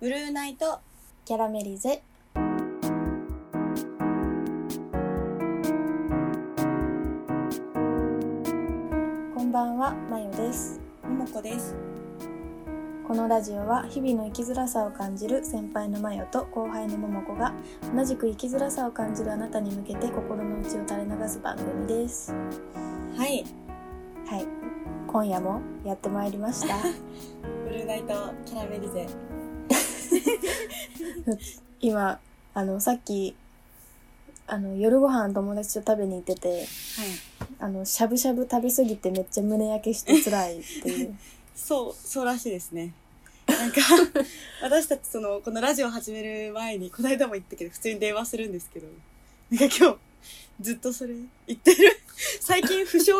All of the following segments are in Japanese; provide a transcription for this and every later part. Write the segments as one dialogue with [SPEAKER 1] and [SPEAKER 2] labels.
[SPEAKER 1] ブルーナイト
[SPEAKER 2] キャラメリゼこんばんはまゆです
[SPEAKER 1] ももこです
[SPEAKER 2] このラジオは日々の生きづらさを感じる先輩のマヨと後輩のももこが同じく生きづらさを感じるあなたに向けて心の内を垂れ流す番組です
[SPEAKER 1] はい
[SPEAKER 2] はい今夜もやってまいりました
[SPEAKER 1] ブルーナイトキャラメリゼ
[SPEAKER 2] 今あのさっきあの夜ご飯友達と食べに行ってて
[SPEAKER 1] はい
[SPEAKER 2] あのしゃぶしゃぶ食べ過ぎてめっちゃ胸焼けして辛いっていう
[SPEAKER 1] そうそうらしいですね なんか私たちそのこのラジオ始める前にこの間も言ったけど普通に電話するんですけどなんか今日ずっとそれ言ってる最近負傷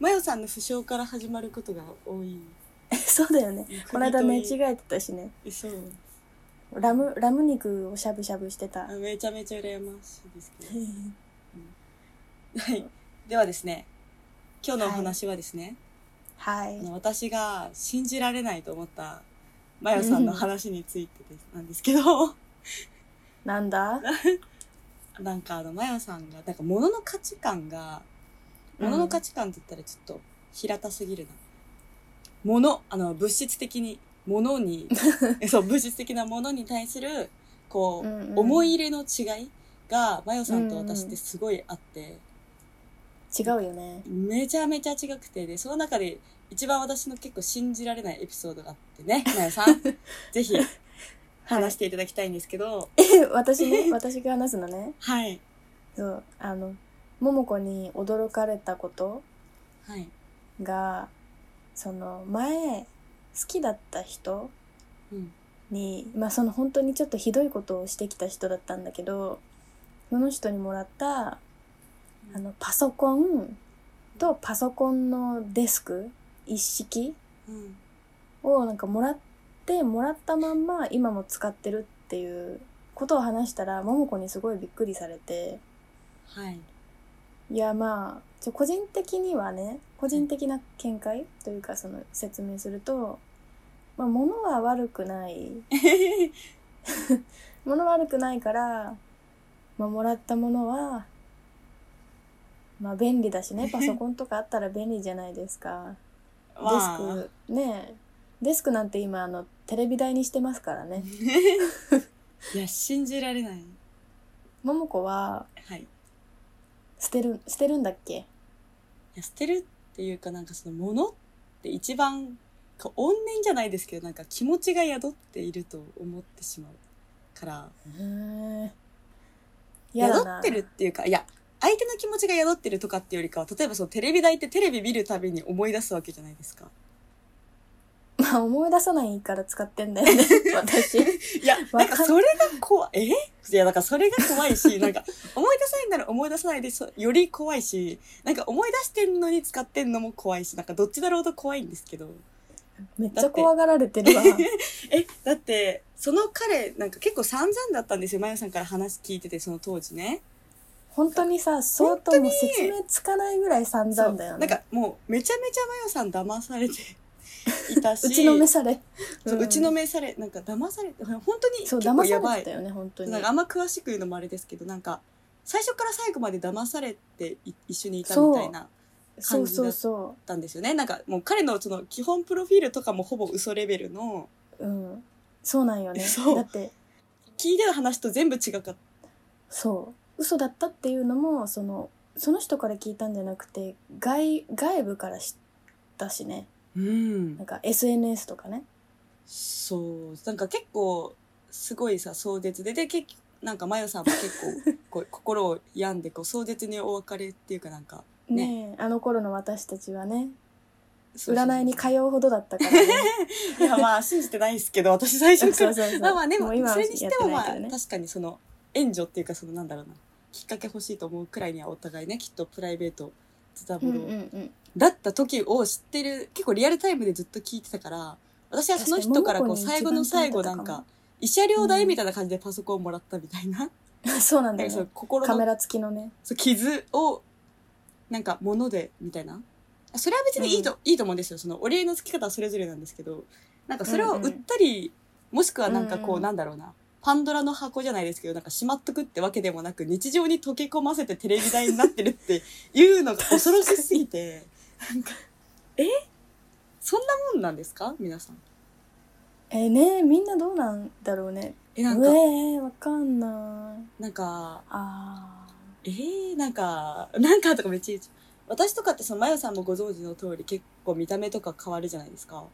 [SPEAKER 1] マヨさんの負傷から始まることが多い
[SPEAKER 2] そうだ よねこの間寝違えてたしね
[SPEAKER 1] そう
[SPEAKER 2] ラムラム肉をしゃぶしゃぶしてた
[SPEAKER 1] あめちゃめちゃ羨ましいですけどはい。ではですね、今日のお話はですね、
[SPEAKER 2] はい
[SPEAKER 1] あの私が信じられないと思った、まよさんの話についてです、なんですけど、
[SPEAKER 2] な んだ
[SPEAKER 1] なんかあの、まよさんが、なんか物の価値観が、物の価値観って言ったらちょっと平たすぎるな。物、あの、物質的に、物 に、えそう、物質的なものに対する、こう、
[SPEAKER 2] うんうん
[SPEAKER 1] 思い入れの違いが、まよさんと私ってすごいあって、
[SPEAKER 2] 違うよね
[SPEAKER 1] めちゃめちゃ違くてでその中で一番私の結構信じられないエピソードがあってねなよさんぜひ話していただきたいんですけど
[SPEAKER 2] 私ね私が話すのね
[SPEAKER 1] はい
[SPEAKER 2] そうあの桃子に驚かれたこと
[SPEAKER 1] はい
[SPEAKER 2] がその前好きだった人
[SPEAKER 1] うん
[SPEAKER 2] にまあその本当にちょっとひどいことをしてきた人だったんだけどその人にもらったあのパソコンとパソコンのデスク一式
[SPEAKER 1] うん
[SPEAKER 2] をなんかもらってもらったまんま今も使ってるっていうことを話したら桃子にすごいびっくりされて
[SPEAKER 1] はい
[SPEAKER 2] いやまあちょ個人的にはね個人的な見解というかその説明すると、まあ、物は悪くない物悪くないから、まあ、もらったものは、まあ、便利だ しねパソコンとかあったら便利じゃないですかデスクねえデスクなんて今あのテレビ台にしてますからね
[SPEAKER 1] クいや信じられない
[SPEAKER 2] 桃子は
[SPEAKER 1] はいい
[SPEAKER 2] 捨てる捨てるんだっけ
[SPEAKER 1] や捨てるっていうかなんかそのものって一番こう怨念じゃないですけどなんか気持ちが宿っていると思ってしまうから
[SPEAKER 2] うん嫌だ
[SPEAKER 1] 宿
[SPEAKER 2] な
[SPEAKER 1] ってるっていうか、いや、相手の気持ちが宿ってるとかっていうよりかは、例えばそのテレビ台ってテレビ見るたびに思い出すわけじゃないですか。
[SPEAKER 2] まあ思い出さないから使ってん だよね私
[SPEAKER 1] い や、
[SPEAKER 2] わか
[SPEAKER 1] なんんかそれが怖い、えいや、なんかそれが怖い し、なんか思い出さないなら思い出さないでそより怖いし、なんか思い出してんのに使ってんのも怖いし、なんかどっちだろうと怖いんですけど。
[SPEAKER 2] めっちゃ怖がられてるわ
[SPEAKER 1] え、だって、その彼、なんか結構散々だったんですよ。まゆさんから話聞いてて、その当時ね。
[SPEAKER 2] 本当にさ相当もう説明つかないぐらい散々だよ
[SPEAKER 1] な
[SPEAKER 2] ね
[SPEAKER 1] んかもう、めちゃめちゃまゆさん騙されていたし。
[SPEAKER 2] うちのめされ
[SPEAKER 1] そううちの
[SPEAKER 2] め
[SPEAKER 1] 目されなんか騙されて本当に
[SPEAKER 2] そう
[SPEAKER 1] 結構や
[SPEAKER 2] 騙
[SPEAKER 1] ばい
[SPEAKER 2] されてたよね本当に
[SPEAKER 1] なんかあんま詳しく言うのもあれですけどなんか最初から最後まで騙されてい一緒にいた
[SPEAKER 2] そう
[SPEAKER 1] みたいな
[SPEAKER 2] そうそう
[SPEAKER 1] 感じ
[SPEAKER 2] そ
[SPEAKER 1] たんですよねなんかもう彼のその基本プロフィールとかもほぼ嘘レベルの
[SPEAKER 2] ううんそうなんよね
[SPEAKER 1] そう
[SPEAKER 2] だって
[SPEAKER 1] 聞いてた話と全部違かった
[SPEAKER 2] そう嘘だったっていうのもそのその人から聞いたんじゃなくて外外部から知ったしね
[SPEAKER 1] うん
[SPEAKER 2] なんか SNS とかね
[SPEAKER 1] そうなんか結構すごいさ壮絶でで結局なんかまゆさんも結構こう心を病んでこう壮絶にお別れっていうかなんか
[SPEAKER 2] ねえあの頃の私たちはね
[SPEAKER 1] そうそうそう
[SPEAKER 2] 占いに通うほどだったから ね
[SPEAKER 1] いやまあ信じてないですけど私最
[SPEAKER 2] そう
[SPEAKER 1] 初か
[SPEAKER 2] そう
[SPEAKER 1] ら
[SPEAKER 2] そ う
[SPEAKER 1] まあまあでも
[SPEAKER 2] う今は
[SPEAKER 1] それにしてもま
[SPEAKER 2] や
[SPEAKER 1] あ、
[SPEAKER 2] ってないけどね
[SPEAKER 1] 確かにその援助っていうかそのなんだろうなきっかけ欲しいと思うくらいにはお互いねきっとプライベートズタボ
[SPEAKER 2] うん
[SPEAKER 1] ロ
[SPEAKER 2] うんうん
[SPEAKER 1] だった時を知ってる結構リアルタイムでずっと聞いてたから私はその人からこう
[SPEAKER 2] 確かに
[SPEAKER 1] 最後の最後なん
[SPEAKER 2] 桃子に一番
[SPEAKER 1] か慰謝料代みたいな感じでパソコンをもらったみたいな,、
[SPEAKER 2] そうなん だ
[SPEAKER 1] なんか
[SPEAKER 2] よ
[SPEAKER 1] そ
[SPEAKER 2] ね
[SPEAKER 1] の心
[SPEAKER 2] カメ
[SPEAKER 1] の
[SPEAKER 2] ラ付きのね
[SPEAKER 1] そう傷をなんか物でみたいなそれは別にいいと、いいと思うんですよそのお礼の付き方はそれぞれなんですけどなんかそれを売ったり、もしくはなんかこう、
[SPEAKER 2] うん
[SPEAKER 1] なんだろうなパンドラの箱じゃないですけどなんかしまっとくってわけでもなく日常に溶け込ませてテレビ台になってる っていうのが恐ろしすぎてなんかえそんなもんなんですか皆さん。
[SPEAKER 2] えねみんなどうなんだろうね
[SPEAKER 1] え
[SPEAKER 2] う
[SPEAKER 1] な
[SPEAKER 2] え
[SPEAKER 1] んか
[SPEAKER 2] ー、わかんない
[SPEAKER 1] なんか
[SPEAKER 2] あ
[SPEAKER 1] えー、なんかなんかとかめっちゃ言っちゃう私とかってそのまよさんもご存知の通り結構見た目とか変わるじゃないですか。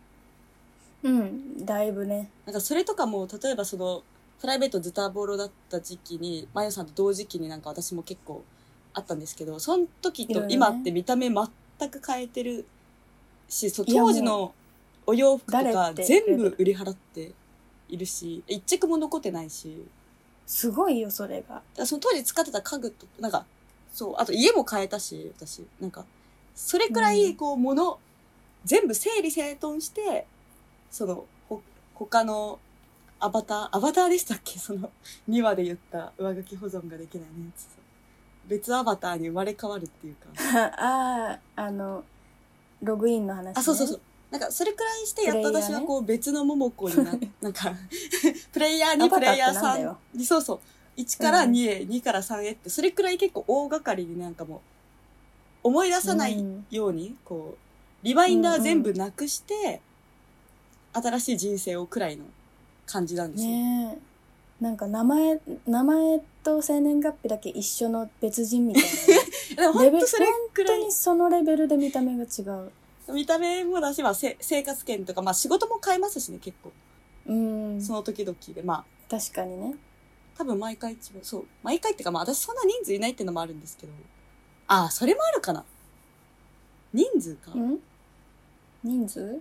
[SPEAKER 2] ーうんだいぶね
[SPEAKER 1] なんかそれとかも例えばそのプライベートズタボロだった時期にまゆさんと同時期になんか私も結構あったんですけどその時
[SPEAKER 2] いろい
[SPEAKER 1] と
[SPEAKER 2] ろね
[SPEAKER 1] 今って見た目全く変えてるしそう
[SPEAKER 2] いやもう
[SPEAKER 1] 当時のお洋服と
[SPEAKER 2] 誰
[SPEAKER 1] か
[SPEAKER 2] って
[SPEAKER 1] 全部売り払っているし一着も残ってないし
[SPEAKER 2] すごいよそれ
[SPEAKER 1] だ
[SPEAKER 2] が
[SPEAKER 1] からその当時使ってた家具となんかそうあと家も変えたし私なんかそれくら
[SPEAKER 2] う
[SPEAKER 1] い
[SPEAKER 2] ん
[SPEAKER 1] こう物、全部整理整頓してそのほ他のアバターアバターでしたっけその2話で言った上書き保存ができないねやつ別アバターに生まれ変わるっていうか
[SPEAKER 2] あああのログインの話、ね、
[SPEAKER 1] あそうそうそうなんかそれくらいしてやっと
[SPEAKER 2] プレイヤー
[SPEAKER 1] 私
[SPEAKER 2] ね
[SPEAKER 1] はこう別の桃子にななんか プレイヤー
[SPEAKER 2] ア
[SPEAKER 1] に
[SPEAKER 2] バ
[SPEAKER 1] プ
[SPEAKER 2] タ
[SPEAKER 1] レイ
[SPEAKER 2] ーって
[SPEAKER 1] ヤーさ
[SPEAKER 2] なんだ
[SPEAKER 1] ん
[SPEAKER 2] よ
[SPEAKER 1] でそうそう1から
[SPEAKER 2] うん
[SPEAKER 1] 2へ、2から3へってそれくらい結構大掛かりになんかもう思い出さない
[SPEAKER 2] うん
[SPEAKER 1] ように、こうリマインダー全部なくして、新しい人生をくらいの感じなんですよ、
[SPEAKER 2] ねえなんか名前名前と生年月日だけ一緒の別人みたい
[SPEAKER 1] でも
[SPEAKER 2] なね
[SPEAKER 1] 本当それくら
[SPEAKER 2] 本
[SPEAKER 1] い
[SPEAKER 2] 当にそのレベルで見た目が違う
[SPEAKER 1] 見た目もだし、まあ、せ生活圏とか、まあ、仕事も変えますしね結構
[SPEAKER 2] うん
[SPEAKER 1] その時々でまあ
[SPEAKER 2] 確かにね
[SPEAKER 1] 多分毎回違うそう毎回っていうか、まあ、私そんな人数いないっていうのもあるんですけどああそれもあるかな人数か、
[SPEAKER 2] うん人数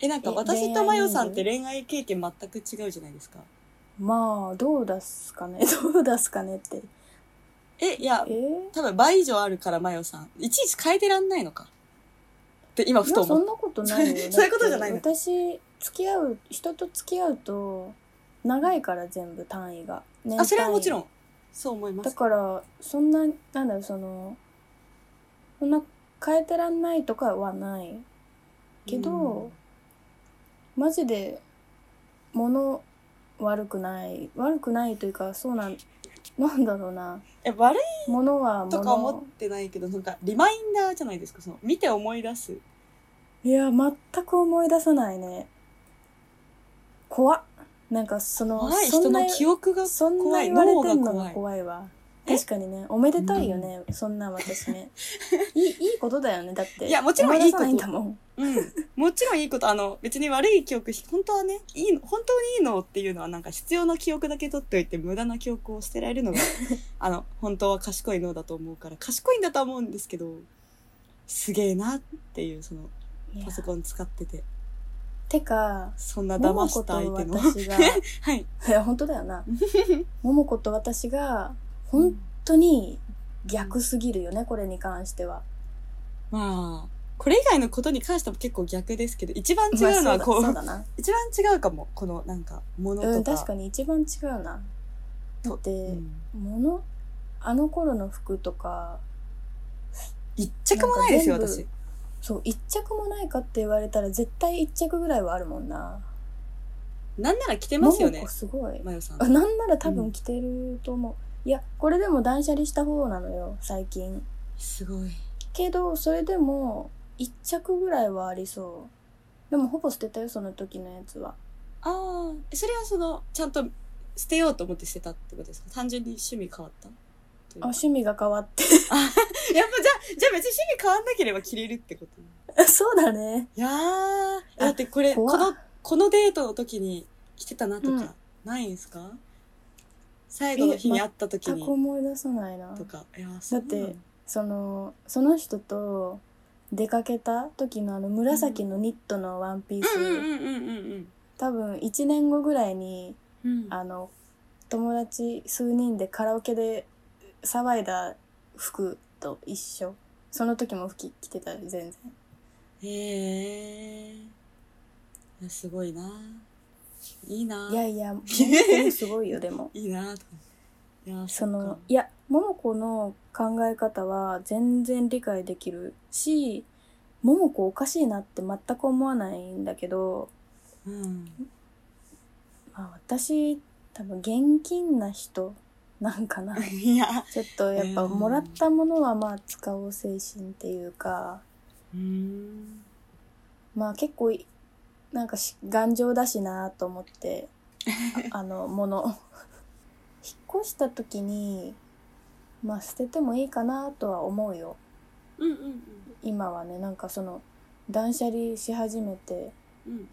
[SPEAKER 1] えなんか
[SPEAKER 2] え
[SPEAKER 1] 私
[SPEAKER 2] 恋
[SPEAKER 1] と
[SPEAKER 2] 愛
[SPEAKER 1] マヨさんっ
[SPEAKER 2] 人数
[SPEAKER 1] て恋愛経験全く違うじゃないですか
[SPEAKER 2] まあどう出すかね どう出すかねって
[SPEAKER 1] えいや
[SPEAKER 2] えー
[SPEAKER 1] 多分倍以上あるからマヨさんいちいち変えてらんないのかって今
[SPEAKER 2] い
[SPEAKER 1] ふと
[SPEAKER 2] やそ
[SPEAKER 1] 思っ
[SPEAKER 2] んなことない よ
[SPEAKER 1] そういうことじゃないの
[SPEAKER 2] だって私付き合う人と付き合うと長いから全部単位が年
[SPEAKER 1] たあそれはもちろ
[SPEAKER 2] ん
[SPEAKER 1] んそう思いま
[SPEAKER 2] だ
[SPEAKER 1] す
[SPEAKER 2] からそんななんだろうそのそんな変えてらんないとかはないけど、マジで物悪くない悪くないというかそうなんなんだろうな
[SPEAKER 1] え悪い
[SPEAKER 2] 物は
[SPEAKER 1] とか思
[SPEAKER 2] 物
[SPEAKER 1] ってないけどなんかリマインダーじゃないですかその見て思い出す
[SPEAKER 2] いや全く思い出さないね怖っなんかその
[SPEAKER 1] 怖い
[SPEAKER 2] そ
[SPEAKER 1] 人
[SPEAKER 2] んな
[SPEAKER 1] の記憶が
[SPEAKER 2] そんな
[SPEAKER 1] 怖い
[SPEAKER 2] 言われ
[SPEAKER 1] 脳
[SPEAKER 2] て
[SPEAKER 1] が
[SPEAKER 2] んのが
[SPEAKER 1] 怖い
[SPEAKER 2] 怖いわ
[SPEAKER 1] え
[SPEAKER 2] 確かにねおめでたいよね、そんなん私 ねいいいいことだよねだって
[SPEAKER 1] いやもちろん
[SPEAKER 2] 思出さない
[SPEAKER 1] い
[SPEAKER 2] ん
[SPEAKER 1] いこ
[SPEAKER 2] だもん
[SPEAKER 1] うん、もちろんいいことあの別に悪い記憶本当はねいいの本当にいいのっていうのはなんか必要な記憶だけ取っておいて無駄な記憶を捨てられる のがあの本当は賢い脳だと思うから賢いんだとは思うんですけどすげえなっていうその
[SPEAKER 2] いや
[SPEAKER 1] パソコン使ってて
[SPEAKER 2] てか
[SPEAKER 1] そんな
[SPEAKER 2] 桃
[SPEAKER 1] 騙
[SPEAKER 2] 子
[SPEAKER 1] し
[SPEAKER 2] と
[SPEAKER 1] た相手の
[SPEAKER 2] 私 が
[SPEAKER 1] はい
[SPEAKER 2] いや本当だ よな桃子と私が本当に逆すぎるよねこれに関しては
[SPEAKER 1] まあこれ以外のことに関しても結構逆ですけど一番違うの
[SPEAKER 2] まあ
[SPEAKER 1] はこう,、
[SPEAKER 2] そうだそうだな
[SPEAKER 1] 一番違うかもこのなんかものとか,、
[SPEAKER 2] うん確かに一番違うなだって、
[SPEAKER 1] うん
[SPEAKER 2] 物あの頃の服とか
[SPEAKER 1] 一着もないですよ
[SPEAKER 2] なんか全
[SPEAKER 1] 私
[SPEAKER 2] 部そう一着もないかって言われたら絶対一着ぐらいはあるもんな
[SPEAKER 1] なんなら着てますよ
[SPEAKER 2] 桃
[SPEAKER 1] ね
[SPEAKER 2] 子すごい
[SPEAKER 1] まよさん
[SPEAKER 2] あなんなら多分着てると思う、いやこれでも断捨離した方なのよ最近
[SPEAKER 1] すごい
[SPEAKER 2] けどそれでも一着ぐらいはありそうでもほぼ捨てたよその時のやつは
[SPEAKER 1] ああ、それはその、ちゃんと捨てようと思って捨てたってことですか単純に趣味変わったという
[SPEAKER 2] あ
[SPEAKER 1] か
[SPEAKER 2] 趣味が変わって
[SPEAKER 1] やっぱじゃあ、じゃあ別に趣味変わんなければ着れるってこと
[SPEAKER 2] そうだね
[SPEAKER 1] いやー、だってこれ、
[SPEAKER 2] 怖
[SPEAKER 1] こ
[SPEAKER 2] っ
[SPEAKER 1] の、このデートの時に着てたなと
[SPEAKER 2] うん
[SPEAKER 1] か、ないんすか、最後の日に会った時
[SPEAKER 2] 全
[SPEAKER 1] に
[SPEAKER 2] く、思い出さないな
[SPEAKER 1] とか。いやー、
[SPEAKER 2] だ
[SPEAKER 1] そう
[SPEAKER 2] っ
[SPEAKER 1] なの
[SPEAKER 2] てそのその人と出かけた時のあの紫のニットのワンピース、
[SPEAKER 1] うんうんうんうんうん
[SPEAKER 2] 多分1年後ぐらいに
[SPEAKER 1] うん。うん。
[SPEAKER 2] あの友達数人でカラオケで騒いだ服と一緒その時も服着てたよ全然
[SPEAKER 1] へえーいや。すごいなーいいないー
[SPEAKER 2] やい やもうすごいよでも
[SPEAKER 1] いいなーとか。いやー
[SPEAKER 2] そ
[SPEAKER 1] っ
[SPEAKER 2] の
[SPEAKER 1] か
[SPEAKER 2] いや桃子の考え方は全然理解できるし桃子おかしいなって全く思わないんだけど
[SPEAKER 1] うん。
[SPEAKER 2] あ私多分現金な人なん かな
[SPEAKER 1] いや、
[SPEAKER 2] ちょっとやっぱ
[SPEAKER 1] うん
[SPEAKER 2] もらったものはまあ使おう精神っていうか
[SPEAKER 1] うーん。
[SPEAKER 2] まあ結構いなんかし頑丈だしなと思ってああのもの引っ越した時にまあ捨ててもいいかなとは思うよ
[SPEAKER 1] うんうんうん。
[SPEAKER 2] 今はねなんかその断捨離し始めて
[SPEAKER 1] うんうん。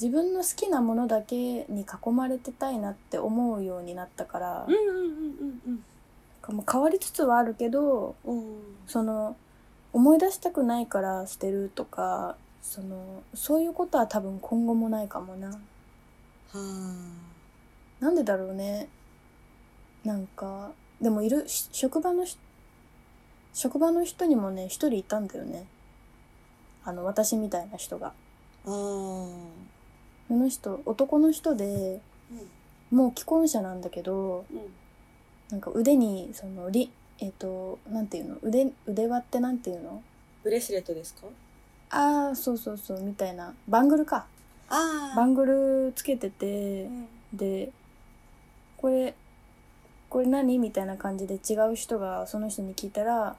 [SPEAKER 2] 自分の好きなものだけに囲まれてたいなって思うようになったから、
[SPEAKER 1] うんうんうんうん
[SPEAKER 2] もう変わりつつはあるけど
[SPEAKER 1] うん。おー
[SPEAKER 2] その思い出したくないから捨てるとかそのそういうことは多分今後もないかもな
[SPEAKER 1] は
[SPEAKER 2] なんでだろうねなんかでもいるし職場のし職場の人にもね一人いたんだよねあの私みたいな人が
[SPEAKER 1] あ。ああ。うん
[SPEAKER 2] その人男の人でもう既婚者なんだけど
[SPEAKER 1] うん。
[SPEAKER 2] なんか腕にそのりえっ、となんていうの腕腕輪ってなんていうの
[SPEAKER 1] ブレスレットですか
[SPEAKER 2] ああそうそうそうみたいなバングルか
[SPEAKER 1] あ
[SPEAKER 2] バングルつけてて
[SPEAKER 1] うん
[SPEAKER 2] でこれこれ何みたいな感じで違う人がその人に聞いたらな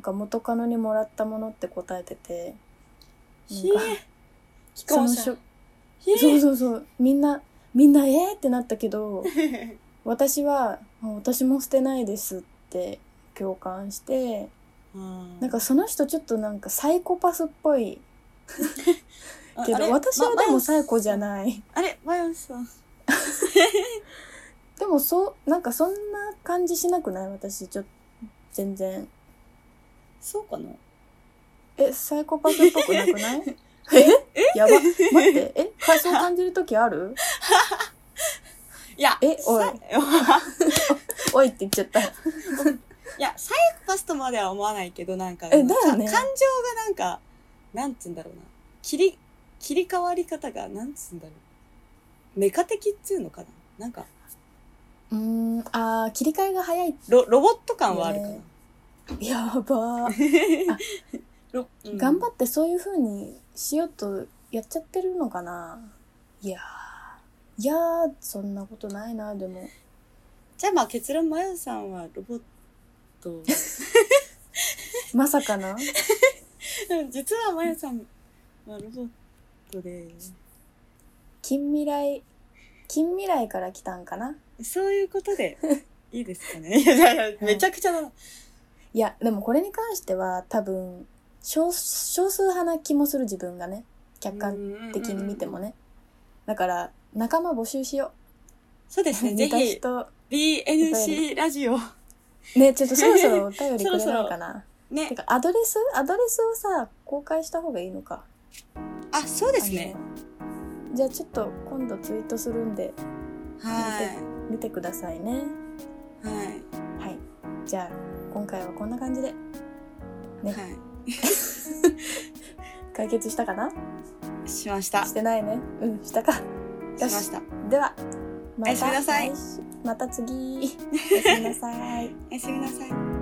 [SPEAKER 2] んか元カノにもらったものって答えてて
[SPEAKER 1] ひえ
[SPEAKER 2] なんか
[SPEAKER 1] 既
[SPEAKER 2] そ
[SPEAKER 1] 婚
[SPEAKER 2] の
[SPEAKER 1] 者
[SPEAKER 2] しょ
[SPEAKER 1] ひえ
[SPEAKER 2] そうそうそうみんなみんなえー、ってなったけど私はあ私も捨てないですって共感して
[SPEAKER 1] な
[SPEAKER 2] なんかその人ちょっとなんかサイコパスっぽいけど私はでもサイコじゃ
[SPEAKER 1] い。
[SPEAKER 2] ない。
[SPEAKER 1] あれ、マヨさん。
[SPEAKER 2] でもそうなんかそんな感じしなくない私ちょっと全然
[SPEAKER 1] そうかな
[SPEAKER 2] えサイコパスっぽくなくないえやば待ってえかそう感じる時ある
[SPEAKER 1] いや、
[SPEAKER 2] えおい
[SPEAKER 1] さ
[SPEAKER 2] おいって言っちゃった
[SPEAKER 1] いや、サイコパスとまでは思わないけど、なんか、
[SPEAKER 2] えだよね
[SPEAKER 1] か感情がなんか、なんつうんだろうな。切り、切り替わり方が、なんつうんだろう。メカ的っつうのかななんか、
[SPEAKER 2] うーんあー切り替えが早い
[SPEAKER 1] ロ、ロボット感はあるかな。
[SPEAKER 2] ねやばー
[SPEAKER 1] ロうん
[SPEAKER 2] 頑張ってそういう風にしようとやっちゃってるのかないやーいやーそんなことないなでも
[SPEAKER 1] じゃあまあ結論、マヨさんはロボット。
[SPEAKER 2] まさかな
[SPEAKER 1] でも実はマヨさんはロボットで、
[SPEAKER 2] 近未来近未来から来たんかな
[SPEAKER 1] そういうこと で、いいですかね。いやいやいや、めちゃくちゃだな。
[SPEAKER 2] いやでもこれに関しては多分少少数派な気もする自分がね客観的に見ても
[SPEAKER 1] ね。
[SPEAKER 2] ね、だから仲間募集しよ
[SPEAKER 1] そうで
[SPEAKER 2] う
[SPEAKER 1] すね、
[SPEAKER 2] 似
[SPEAKER 1] ぜ
[SPEAKER 2] た
[SPEAKER 1] ひ、
[SPEAKER 2] 人
[SPEAKER 1] BNC ラジオ。
[SPEAKER 2] ねちょっとそろそ ろお便りくれないかな
[SPEAKER 1] ね
[SPEAKER 2] て。かアドレスアドレスをさ公開した方がいいのか
[SPEAKER 1] あ、そうですね。
[SPEAKER 2] あのじゃあちょっと今度ツイートするんで
[SPEAKER 1] は
[SPEAKER 2] 見てくださいね
[SPEAKER 1] い。はい。
[SPEAKER 2] はいじゃあ今回はこんな感じでね
[SPEAKER 1] は。
[SPEAKER 2] 解決したかない
[SPEAKER 1] しました。
[SPEAKER 2] し
[SPEAKER 1] して
[SPEAKER 2] ないねうんしたか
[SPEAKER 1] ました。
[SPEAKER 2] ではま
[SPEAKER 1] おやすみなさい
[SPEAKER 2] 来週また次おやすみなさい
[SPEAKER 1] おやすみなさい。